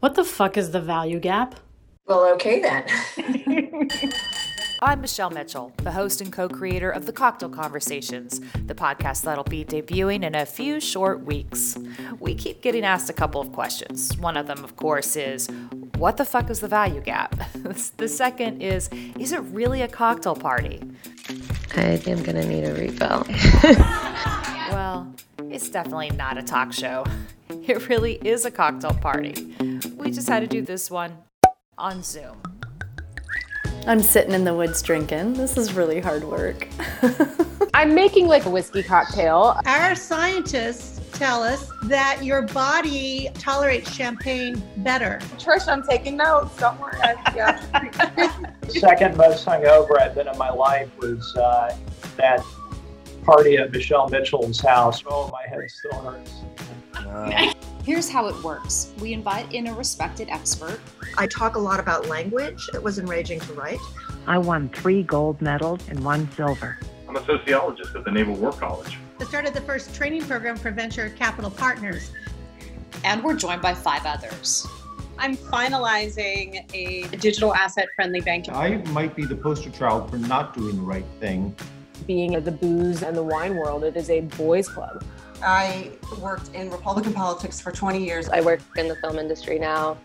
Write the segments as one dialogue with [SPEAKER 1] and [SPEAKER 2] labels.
[SPEAKER 1] What the fuck is the value gap?
[SPEAKER 2] Well, okay then.
[SPEAKER 3] I'm Michelle Mitchell, the host and co creator of The Cocktail Conversations, the podcast that'll be debuting in a few short weeks. We keep getting asked a couple of questions. One of them, of course, is what the fuck is the value gap? the second is is it really a cocktail party?
[SPEAKER 4] I think I'm gonna need a refill.
[SPEAKER 3] Well, it's definitely not a talk show. It really is a cocktail party. We just had to do this one on Zoom.
[SPEAKER 5] I'm sitting in the woods drinking. This is really hard work.
[SPEAKER 6] I'm making like a whiskey cocktail.
[SPEAKER 7] Our scientists tell us that your body tolerates champagne better.
[SPEAKER 8] Trish, I'm taking notes. Don't worry.
[SPEAKER 9] Second most hungover I've been in my life was uh, that party at Michelle Mitchell's house. Oh, my head still hurts.
[SPEAKER 10] Here's how it works we invite in a respected expert.
[SPEAKER 11] I talk a lot about language. It was enraging to write.
[SPEAKER 12] I won three gold medals and one silver.
[SPEAKER 13] I'm a sociologist at the Naval War College.
[SPEAKER 7] I started the first training program for venture capital partners.
[SPEAKER 10] And we're joined by five others.
[SPEAKER 8] I'm finalizing a digital asset friendly bank.
[SPEAKER 14] I might be the poster child for not doing the right thing.
[SPEAKER 6] Being the booze and the wine world, it is a boys' club.
[SPEAKER 15] I worked in Republican politics for 20 years.
[SPEAKER 16] I work in the film industry now.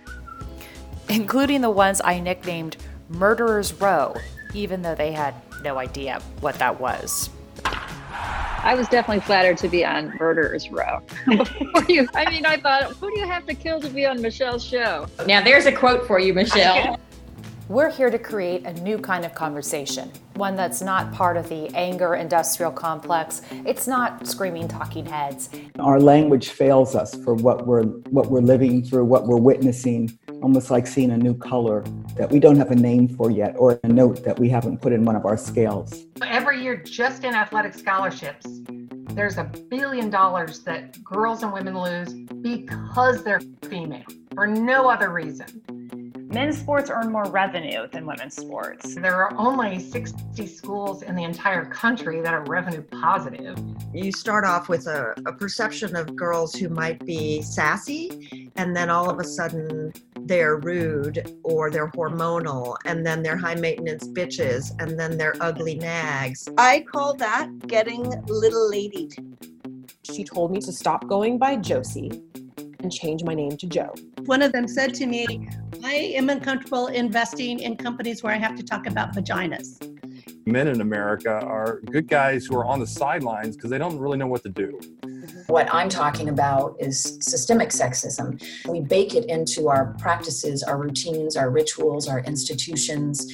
[SPEAKER 3] Including the ones I nicknamed Murderers Row, even though they had no idea what that was.
[SPEAKER 16] I was definitely flattered to be on Murderers Row. Before you, I mean, I thought, who do you have to kill to be on Michelle's show?
[SPEAKER 17] Now, there's a quote for you, Michelle.
[SPEAKER 3] We're here to create a new kind of conversation, one that's not part of the anger industrial complex. It's not screaming talking heads.
[SPEAKER 18] Our language fails us for what we're what we're living through, what we're witnessing, almost like seeing a new color that we don't have a name for yet or a note that we haven't put in one of our scales.
[SPEAKER 19] Every year just in athletic scholarships, there's a billion dollars that girls and women lose because they're female for no other reason.
[SPEAKER 20] Men's sports earn more revenue than women's sports.
[SPEAKER 19] There are only 60 schools in the entire country that are revenue positive.
[SPEAKER 11] You start off with a, a, perception of girls who might be sassy, and then all of a sudden they're rude or they're hormonal, and then they're high maintenance bitches, and then they're ugly nags.
[SPEAKER 4] I call that getting little ladied.
[SPEAKER 6] She told me to stop going by Josie and change my name to Joe.
[SPEAKER 7] One of them said to me, I am uncomfortable investing in companies where I have to talk about vaginas.
[SPEAKER 1] Men in America are good guys who are on the sidelines because they don't really know what to do.
[SPEAKER 2] What I'm talking about is systemic sexism. We bake it into our practices, our routines, our rituals, our institutions.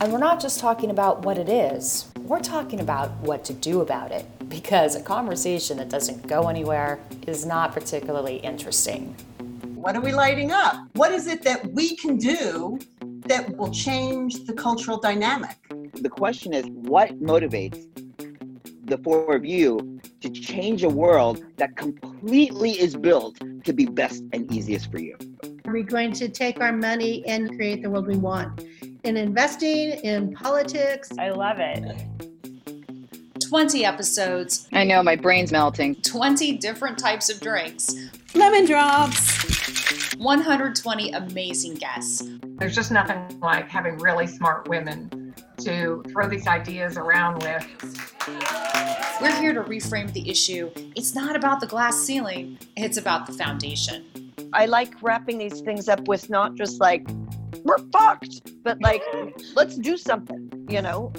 [SPEAKER 3] And we're not just talking about what it is, we're talking about what to do about it because a conversation that doesn't go anywhere is not particularly interesting.
[SPEAKER 15] What are we lighting up? What is it that we can do that will change the cultural dynamic?
[SPEAKER 11] The question is what motivates the four of you to change a world that completely is built to be best and easiest for you?
[SPEAKER 7] Are we going to take our money and create the world we want? In investing, in politics.
[SPEAKER 20] I love it.
[SPEAKER 10] 20 episodes.
[SPEAKER 16] I know, my brain's melting.
[SPEAKER 10] 20 different types of drinks.
[SPEAKER 4] Lemon drops.
[SPEAKER 10] 120 amazing guests.
[SPEAKER 19] There's just nothing like having really smart women to throw these ideas around with.
[SPEAKER 10] We're here to reframe the issue. It's not about the glass ceiling, it's about the foundation.
[SPEAKER 4] I like wrapping these things up with not just like, we're fucked, but like, let's do something, you know?